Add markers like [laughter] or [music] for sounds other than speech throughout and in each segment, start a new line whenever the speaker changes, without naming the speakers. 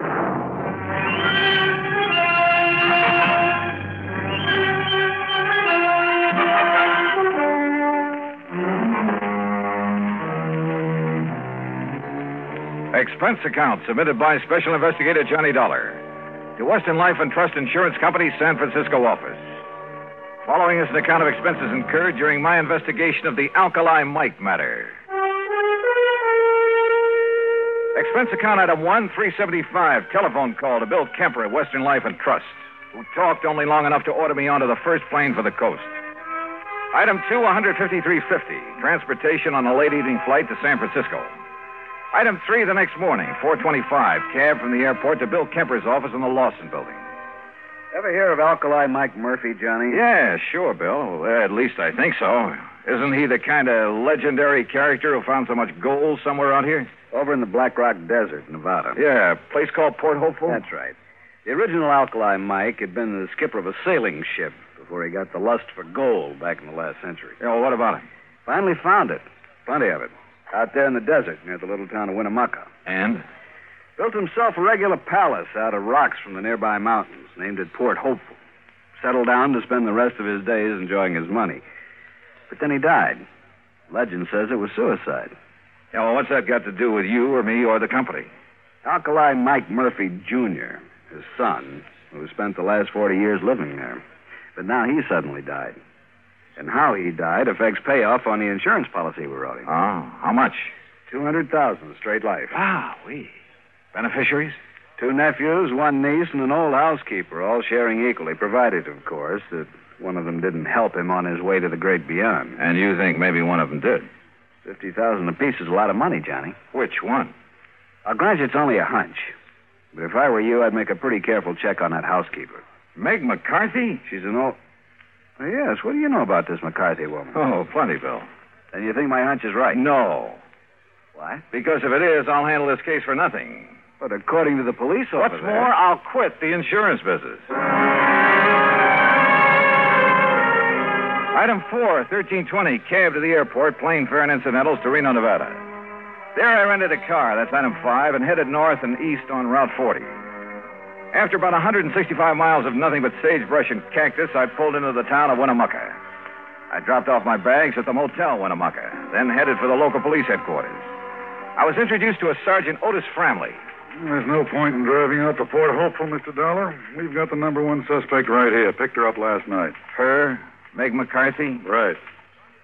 Expense account submitted by Special Investigator Johnny Dollar to Western Life and Trust Insurance Company's San Francisco office. Following is an account of expenses incurred during my investigation of the Alkali Mike matter. Expense account item 1375, telephone call to Bill Kemper at Western Life and Trust, who talked only long enough to order me onto the first plane for the coast. Item 2, 153.50, transportation on a late evening flight to San Francisco. Item three the next morning, 425, cab from the airport to Bill Kemper's office in the Lawson building.
Ever hear of Alkali Mike Murphy, Johnny?
Yeah, sure, Bill. Well, At least I think so. Isn't he the kind of legendary character who found so much gold somewhere out here?
Over in the Black Rock Desert, Nevada.
Yeah, a place called Port Hopeful?
That's right. The original Alkali Mike had been the skipper of a sailing ship before he got the lust for gold back in the last century.
Yeah, well, what about him?
Finally found it. Plenty of it. Out there in the desert near the little town of Winnemucca.
And?
Built himself a regular palace out of rocks from the nearby mountains, named it Port Hopeful. Settled down to spend the rest of his days enjoying his money. But then he died. Legend says it was suicide.
Yeah, well, what's that got to do with you or me or the company?
Alkali Mike Murphy, Jr., his son, who spent the last 40 years living there. But now he suddenly died. And how he died affects payoff on the insurance policy we wrote him.
Oh, how much?
200000 straight life.
Wow, we. Beneficiaries?
Two nephews, one niece, and an old housekeeper, all sharing equally, provided, of course, that one of them didn't help him on his way to the great beyond.
And you think maybe one of them did?
50000 apiece is a lot of money, Johnny.
Which one?
I'll grant you it's only a hunch. But if I were you, I'd make a pretty careful check on that housekeeper.
Meg McCarthy?
She's an old. Oh, yes, what do you know about this McCarthy woman?
Oh, plenty, Bill.
And you think my hunch is right?
No.
What?
Because if it is, I'll handle this case for nothing.
But according to the police officer.
What's more, I'll quit the insurance business.
Item 4, 1320, cab to the airport, plane fare and incidentals to Reno, Nevada. There I rented a car, that's item 5, and headed north and east on Route 40. After about 165 miles of nothing but sagebrush and cactus, I pulled into the town of Winnemucca. I dropped off my bags at the motel Winnemucca, then headed for the local police headquarters. I was introduced to a Sergeant Otis Framley.
There's no point in driving out to Fort Hopeful, Mr. Dollar. We've got the number one suspect right here. Picked her up last night.
Her, Meg McCarthy,
Right.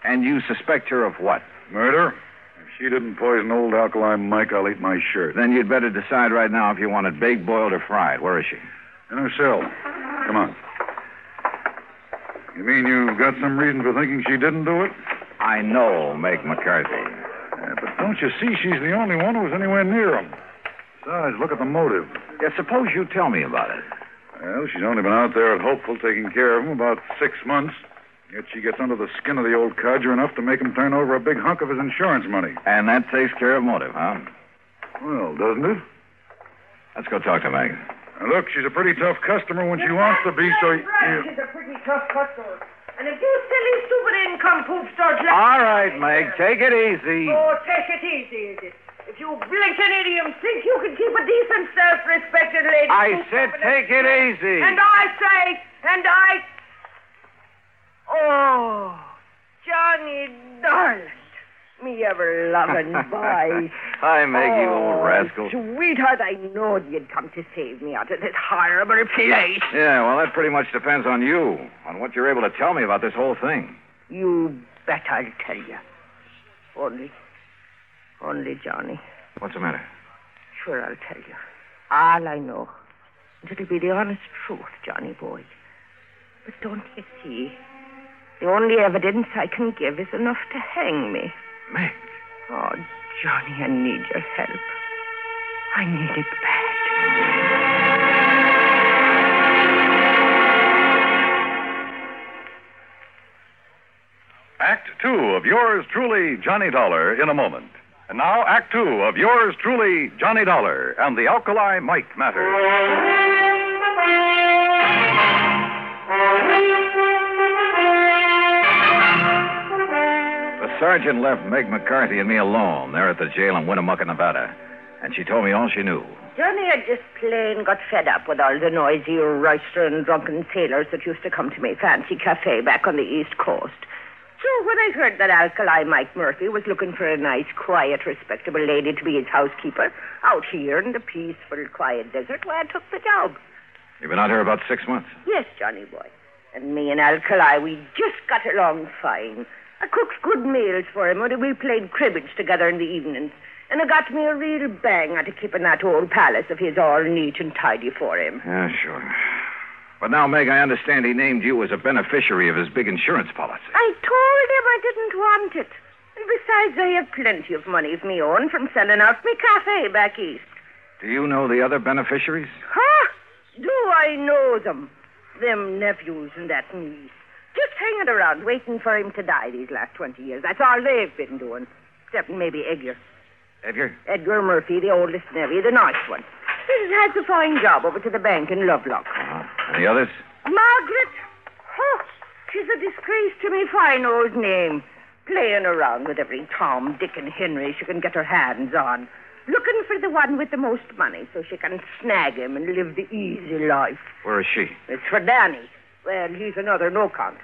and you suspect her of what?
Murder? If she didn't poison old alkaline Mike, I'll eat my shirt.
Then you'd better decide right now if you want it baked, boiled, or fried. Where is she?
In her cell. Come on. You mean you've got some reason for thinking she didn't do it?
I know Meg McCarthy.
Yeah, but don't you see she's the only one who was anywhere near him? Besides, look at the motive.
Yeah, suppose you tell me about it.
Well, she's only been out there at Hopeful taking care of him about six months. Yet she gets under the skin of the old codger enough to make him turn over a big hunk of his insurance money.
And that takes care of motive, huh?
Well, doesn't it?
Let's go talk to Meg.
Now, look, she's a pretty tough customer when she wants to be, so. You,
Right,
you-
she's a pretty tough customer. And if you silly, stupid income poops start laughing...
All right, Meg, take it easy.
Oh, take it easy, is it? If you blinking idiom think you can keep a decent, self-respected lady...
I said take it easy. [laughs]
And I say, and I... Oh, Johnny Darling, me ever loving
[laughs]
boy.
Hi, Meg, you
oh,
old rascal.
Sweetheart, I knowed you'd come to save me out of this horrible place.
Yeah, well, that pretty much depends on you, on what you're able to tell me about this whole thing.
You bet I'll tell you. Only, only, Johnny,
What's the matter?
sure I'll tell you. All I know. And it'll be the honest truth, Johnny boy. But don't you see? The only evidence I can give is enough to hang me.
Meg.
Oh, Johnny, I need your help. I need it bad.
Act two of yours truly, Johnny Dollar, in a moment. And now, Act two of yours truly, Johnny Dollar and the Alkali Mike Matter.
The sergeant left Meg McCarthy and me alone there at the jail in Winnemucca, Nevada. And she told me all she knew.
Johnny had just plain got fed up with all the noisy, roistering, drunken sailors that used to come to my fancy cafe back on the East Coast. So when I heard that Alkali Mike Murphy was looking for a nice, quiet, respectable lady to be his housekeeper out here in the peaceful, quiet desert, why I took the job.
You've been out here about six months.
Yes, Johnny boy. And me and Alkali, we just got along fine. I cooked good meals for him, and we played cribbage together in the evenings. And I got me a real bang out of keeping that old palace of his all neat and tidy for him.
Yeah, sure. But now, Meg, I understand he named you as a beneficiary of his big insurance policy.
I told him I didn't want it. And besides, I have plenty of money of me own from selling out me cafe back east.
Do you know the other beneficiaries?
Huh? Do I know them? Them nephews and that niece. Just hanging around, waiting for him to die these last 20 years. That's all they've been doing. Except maybe Edgar.
Edgar?
Edgar Murphy, the oldest nephew, the nice one. He's had the fine job over to the bank in Lovelock.
Uh-huh. And the others?
Margaret? Oh, she's a disgrace to me fine old name. Playing around with every Tom, Dick, and Henry she can get her hands on. Looking for the one with the most money so she can snag him and live the easy life.
Where is she?
It's for Danny. Well, he's another no count.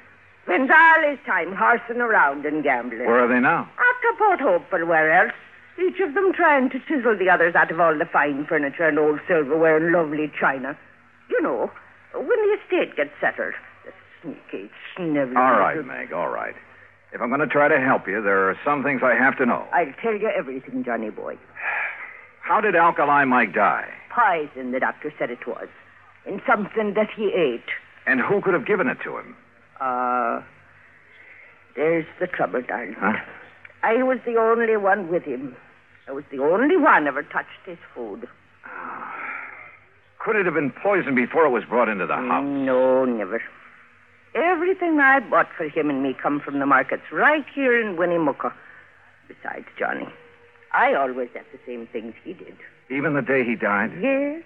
Spends all his time horsing around and gambling.
Where are they now?
After Port Hope and where else? Each of them trying to chisel the others out of all the fine furniture and old silverware and lovely china. You know, when the estate gets settled. The sneaky, sniveling.
All right, Meg, all right. If I'm going to try to help you, there are some things I have to know.
I'll tell you everything, Johnny boy.
How did Alkali Mike die?
Poison, the doctor said it was. In something that he ate.
And who could have given it to him?
Uh, there's the trouble, darling.
Huh?
I was the only one with him. I was the only one ever touched his food.
Could it have been poisoned before it was brought into the house?
No, never. Everything I bought for him and me come from the markets right here in Winnemucca. Besides, Johnny, I always had the same things he did.
Even the day he died?
Yes,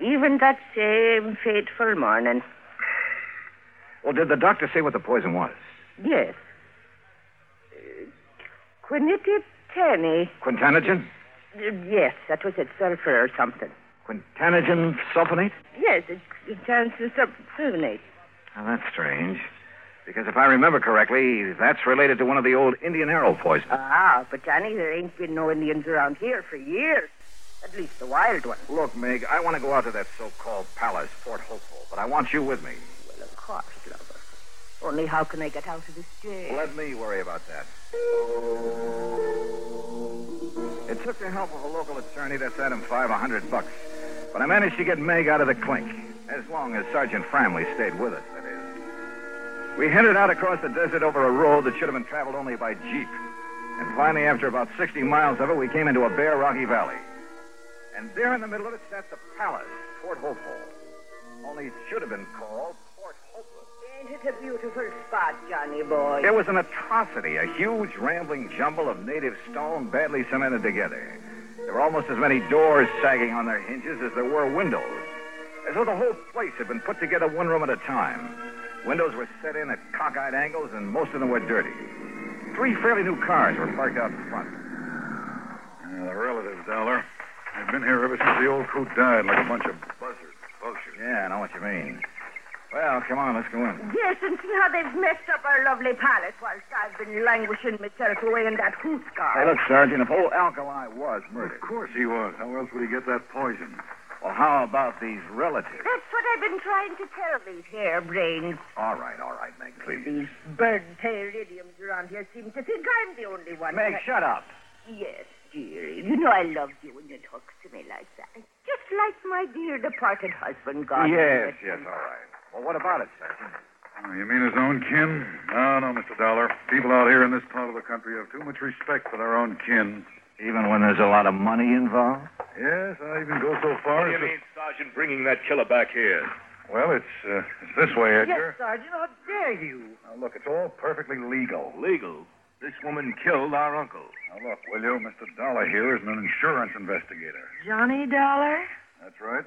even that same fateful morning.
Well, did the doctor say what the poison was?
Yes. Quinitiptenny.
Quintanogen?
Yes, that was it. Sulfur or something.
Quintanogen sulfonate?
Yes, it, it turns to sulfonate.
Now, that's strange. Because if I remember correctly, that's related to one of the old Indian arrow poisons.
Ah, but Johnny, there ain't been no Indians around here for years. At least the wild ones.
Look, Meg, I want to go out to that so-called palace, Fort Hopeful, but I want you with me.
Well, of course, lover. Only how can I get out of this jail?
Let me worry about that. It took the help of a local attorney to set him five hundred bucks, but I managed to get Meg out of the clink, as long as Sergeant Framley stayed with us. That is. We headed out across the desert over a road that should have been traveled only by jeep, and finally, after about sixty miles of it, we came into a bare rocky valley, and there in the middle of it sat the palace, Fort Hopeful. Only it should have been called Fort Hopeless.
Ain't it a beautiful spot, Johnny boy?
It was an atrocity, a huge, rambling jumble of native stone badly cemented together. There were almost as many doors sagging on their hinges as there were windows, as though the whole place had been put together one room at a time. Windows were set in at cockeyed angles, and most of them were dirty. Three fairly new cars were parked out front.
Yeah, the relatives down there. They've been here ever since the old coot died, like a bunch of buzzards, vultures.
Yeah, I know what you mean. Well, come on, let's go in.
Yes, and see how they've messed up our lovely palace whilst I've been languishing myself away in that hoot
Hey,
car.
look, Sergeant, if old Alkali was murdered,
Of course he was. How else would he get that poison?
well, how about these relatives?
That's what I've been trying to tell these harebrains.
All right, all right, Meg, please.
These bird-tailed idioms around here seem to think I'm the only one.
Meg,
that-
shut up.
Yes, dearie. You know I loved you when you talked to me like that. Just like my dear departed husband, God.
Yes, yes, all right. Well, what about it, Sergeant?
Oh, you mean his own kin? No, no, Mr. Dollar. People out here in this part of the country have too much respect for their own kin.
Even when there's a lot of money involved?
Yes, I even go so far as. to-
Sergeant, bringing that killer back here?
Well, it's, uh, it's this way, Edgar.
Sergeant, how dare you?
Now, look, it's all perfectly legal.
Legal. This woman killed our uncle.
Now, look, will you? Mr. Dollar here is an insurance investigator.
Johnny Dollar?
That's right.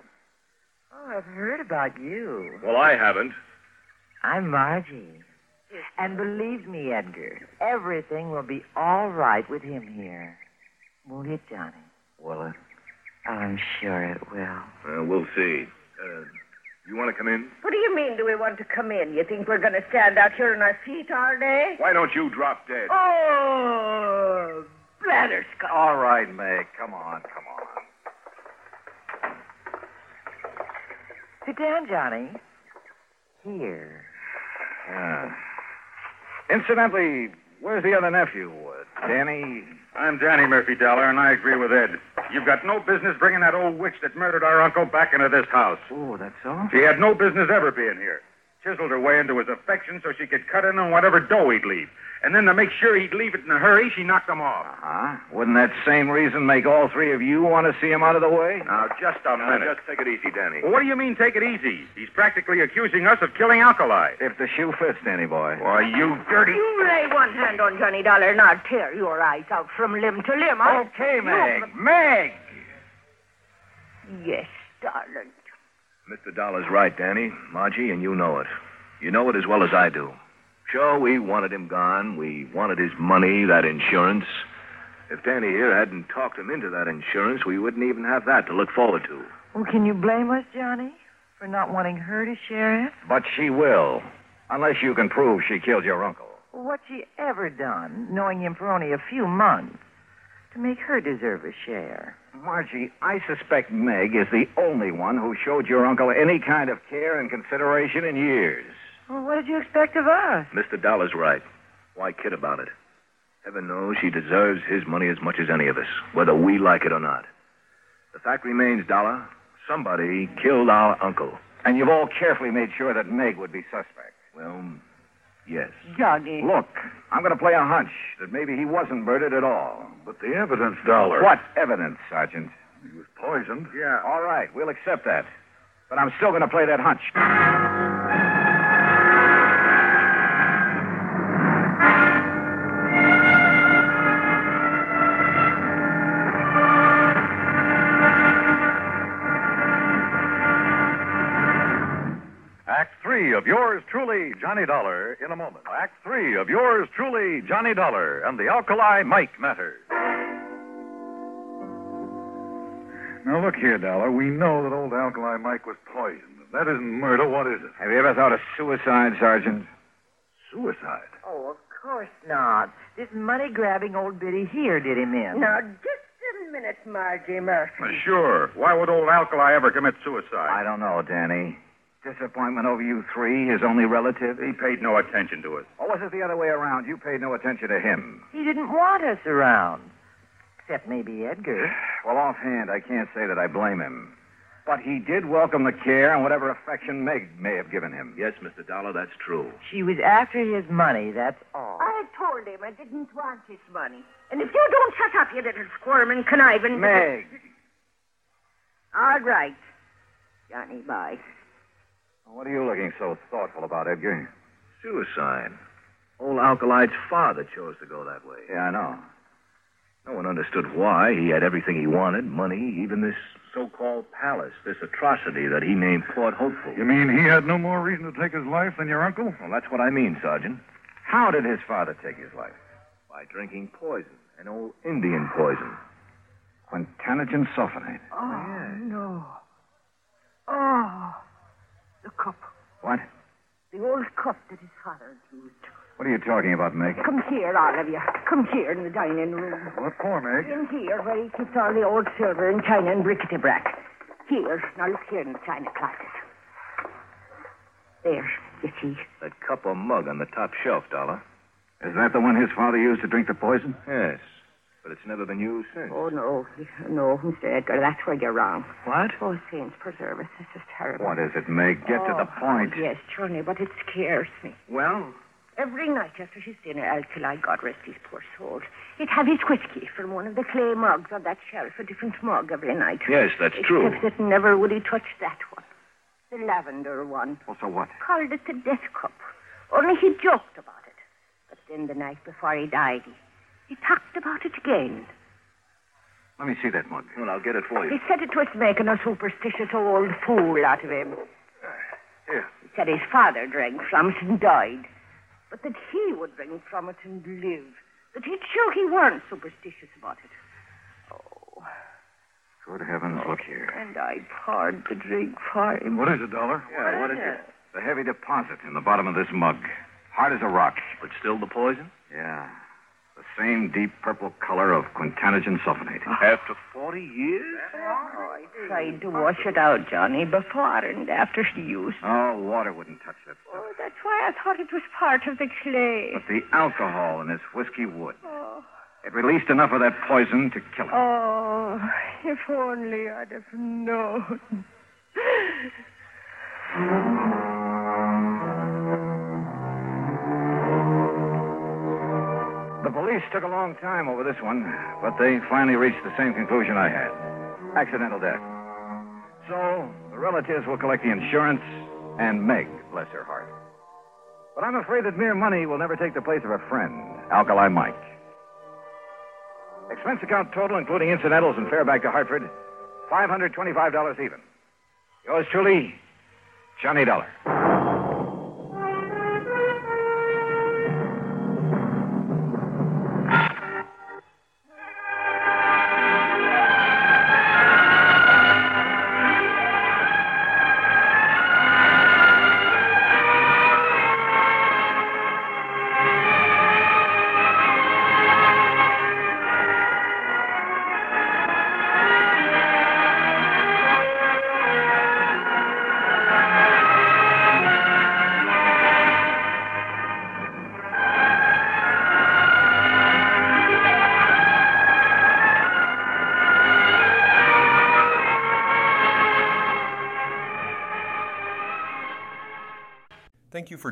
Oh, I've heard about you.
Well, I haven't.
I'm Margie. And believe me, Edgar, everything will be all right with him here. Won't it, Johnny?
Well, uh,
Oh, I'm sure it will.
we'll see. Uh, you want to come in?
What do you mean, do we want to come in? You think we're going to stand out here on our feet all day?
Why don't you drop dead?
Oh, bladder
All right, Meg, come on, come on.
Sit down, Johnny. Here.
Incidentally, where's the other nephew? Uh, Danny?
I'm Danny Murphy Dollar, and I agree with Ed. You've got no business bringing that old witch that murdered our uncle back into this house.
Oh, that's all?
She had no business ever being here. Chiseled her way into his affection so she could cut in on whatever dough he'd leave. And then to make sure he'd leave it in a hurry, she knocked him off.
Huh? Wouldn't that same reason make all three of you want to see him out of the way?
Now, just a
Now, just take it easy, Danny.
Well, what do you mean, take it easy? He's practically accusing us of killing Alkali.
If the shoe fits, Danny boy.
Why, you dirty.
You lay one hand on Johnny Dollar and I'll tear your eyes out from limb to limb. I'll
Okay,
tear you
Meg. Meg!
from- Yes, darling.
Mr. Dollar's right, Danny. Margie, and you know it. You know it as well as I do. Sure, we wanted him gone. We wanted his money, that insurance. If Danny here hadn't talked him into that insurance, we wouldn't even have that to look forward to.
Well, can you blame us, Johnny, for not wanting her to share it?
But she will. Unless you can prove she killed your uncle.
What's she ever done, knowing him for only a few months, to make her deserve a share?
Margie, I suspect Meg is the only one who showed your uncle any kind of care and consideration in years.
Well, what did you expect of us?
Mr. Dollar's right. Why kid about it? Heaven knows she deserves his money as much as any of us, whether we like it or not. The fact remains, Dollar, somebody killed our uncle.
And you've all carefully made sure that Meg would be suspect.
Well, yes.
Johnny.
Look, I'm going to play a hunch that maybe he wasn't murdered at all.
But the evidence, Dollar.
What evidence, Sergeant?
He was poisoned.
Yeah. All right, we'll accept that. But I'm still going to play that hunch.
Act three of yours. yours truly, Johnny Dollar, in a moment. Act three of yours truly, Johnny Dollar, and the Alkali Mike Matter.
Now, look here, Dollar. We know that old Alkali Mike was poisoned. If that isn't murder, what is it?
Have you ever thought of suicide, Sergeant?
Suicide.
Oh, of course not. This money grabbing old biddy here did him in.
Now, just a minute, Margie Murphy.
Sure. Why would old Alkali ever commit suicide?
I don't know, Danny. Disappointment over you three, his only relative?
He paid no attention to us.
Or was it the other way around? You paid no attention to him.
He didn't want us around. Except maybe Edgar.
Well, offhand, I can't say that I blame him. But he did welcome the care and whatever affection Meg may have given him.
Yes, Mr. Dollar, that's true.
She was after his money, that's all.
I told him I didn't want his money. And if you don't shut up, you little squirming, conniving.
Meg.
All right. Johnny, bye.
What are you looking so thoughtful about, Edgar?
Suicide. Old Alkali's father chose to go that way.
Yeah, I know.
No one understood why. He had everything he wanted money, even this so called palace, this atrocity that he named Port Hopeful.
You mean he had no more reason to take his life than your uncle?
Well, that's what I mean, Sergeant.
How did his father take his life?
By drinking poison, an old Indian poison.
Quintanogen sulfonate.
Oh, no. Oh, the cup.
What?
The old cup that his father had used.
What are you talking about, Meg?
Come here, all of you. Come here in the dining room.
What for, Meg?
In here, where he keeps all the old silver and china and bric-a-brac. Here. Now look here in the china closet. There. You see?
That cup or mug on the top shelf, Dollar.
Is that the one his father used to drink the poison?
Yes. But it's never been used since.
Oh, no. No, Mr. Edgar, that's where you're wrong.
What?
Oh, saints preserve us. This is terrible.
What is it, Meg? Get to the
Oh,
point.
Yes, Johnny, but it scares me.
Well,
Every night after his dinner, Alkali, God rest his poor soul, he'd have his whiskey from one of the clay mugs on that shelf, a different mug every night.
yes, that's true.
Except that never would he touch that one, the lavender one.
Well, so what?
Called it the death cup. Only he joked about it. But then the night before he died, he, he talked about it again.
Let me see that mug.
Well, I'll get it for
He
you.
said it was making a superstitious old fool out of him.
Here.
He said his father drank from it and died, but that he would drink from it and live. That he'd show he weren't superstitious about it. Oh,
Good heavens, look here.
and I poured the drink for him.
What is it, Dollar?
Yeah, what is it?
The heavy deposit in the bottom of this mug. Hard as a rock.
But still the poison?
Yeah. The same deep purple color of quintanogen
[laughs]
sulfonate.
After 40 years?
Oh, I tried to wash it out, Johnny, before and after he used.
Oh, water wouldn't touch that stuff.
Oh, that's why I thought it was part of the clay.
But the alcohol in this whiskey would.
Oh,
It released enough of that poison to kill him.
oh, if only I'd have known.
The police took a long time over this one, but they finally reached the same conclusion I had accidental death. So, the relatives will collect the insurance, and Meg, bless her heart. But I'm afraid that mere money will never take the place of a friend, Alkali Mike. Expense account total, including incidentals and fare back to Hartford, $525 even. Yours truly, Johnny Dollar.
Thank you for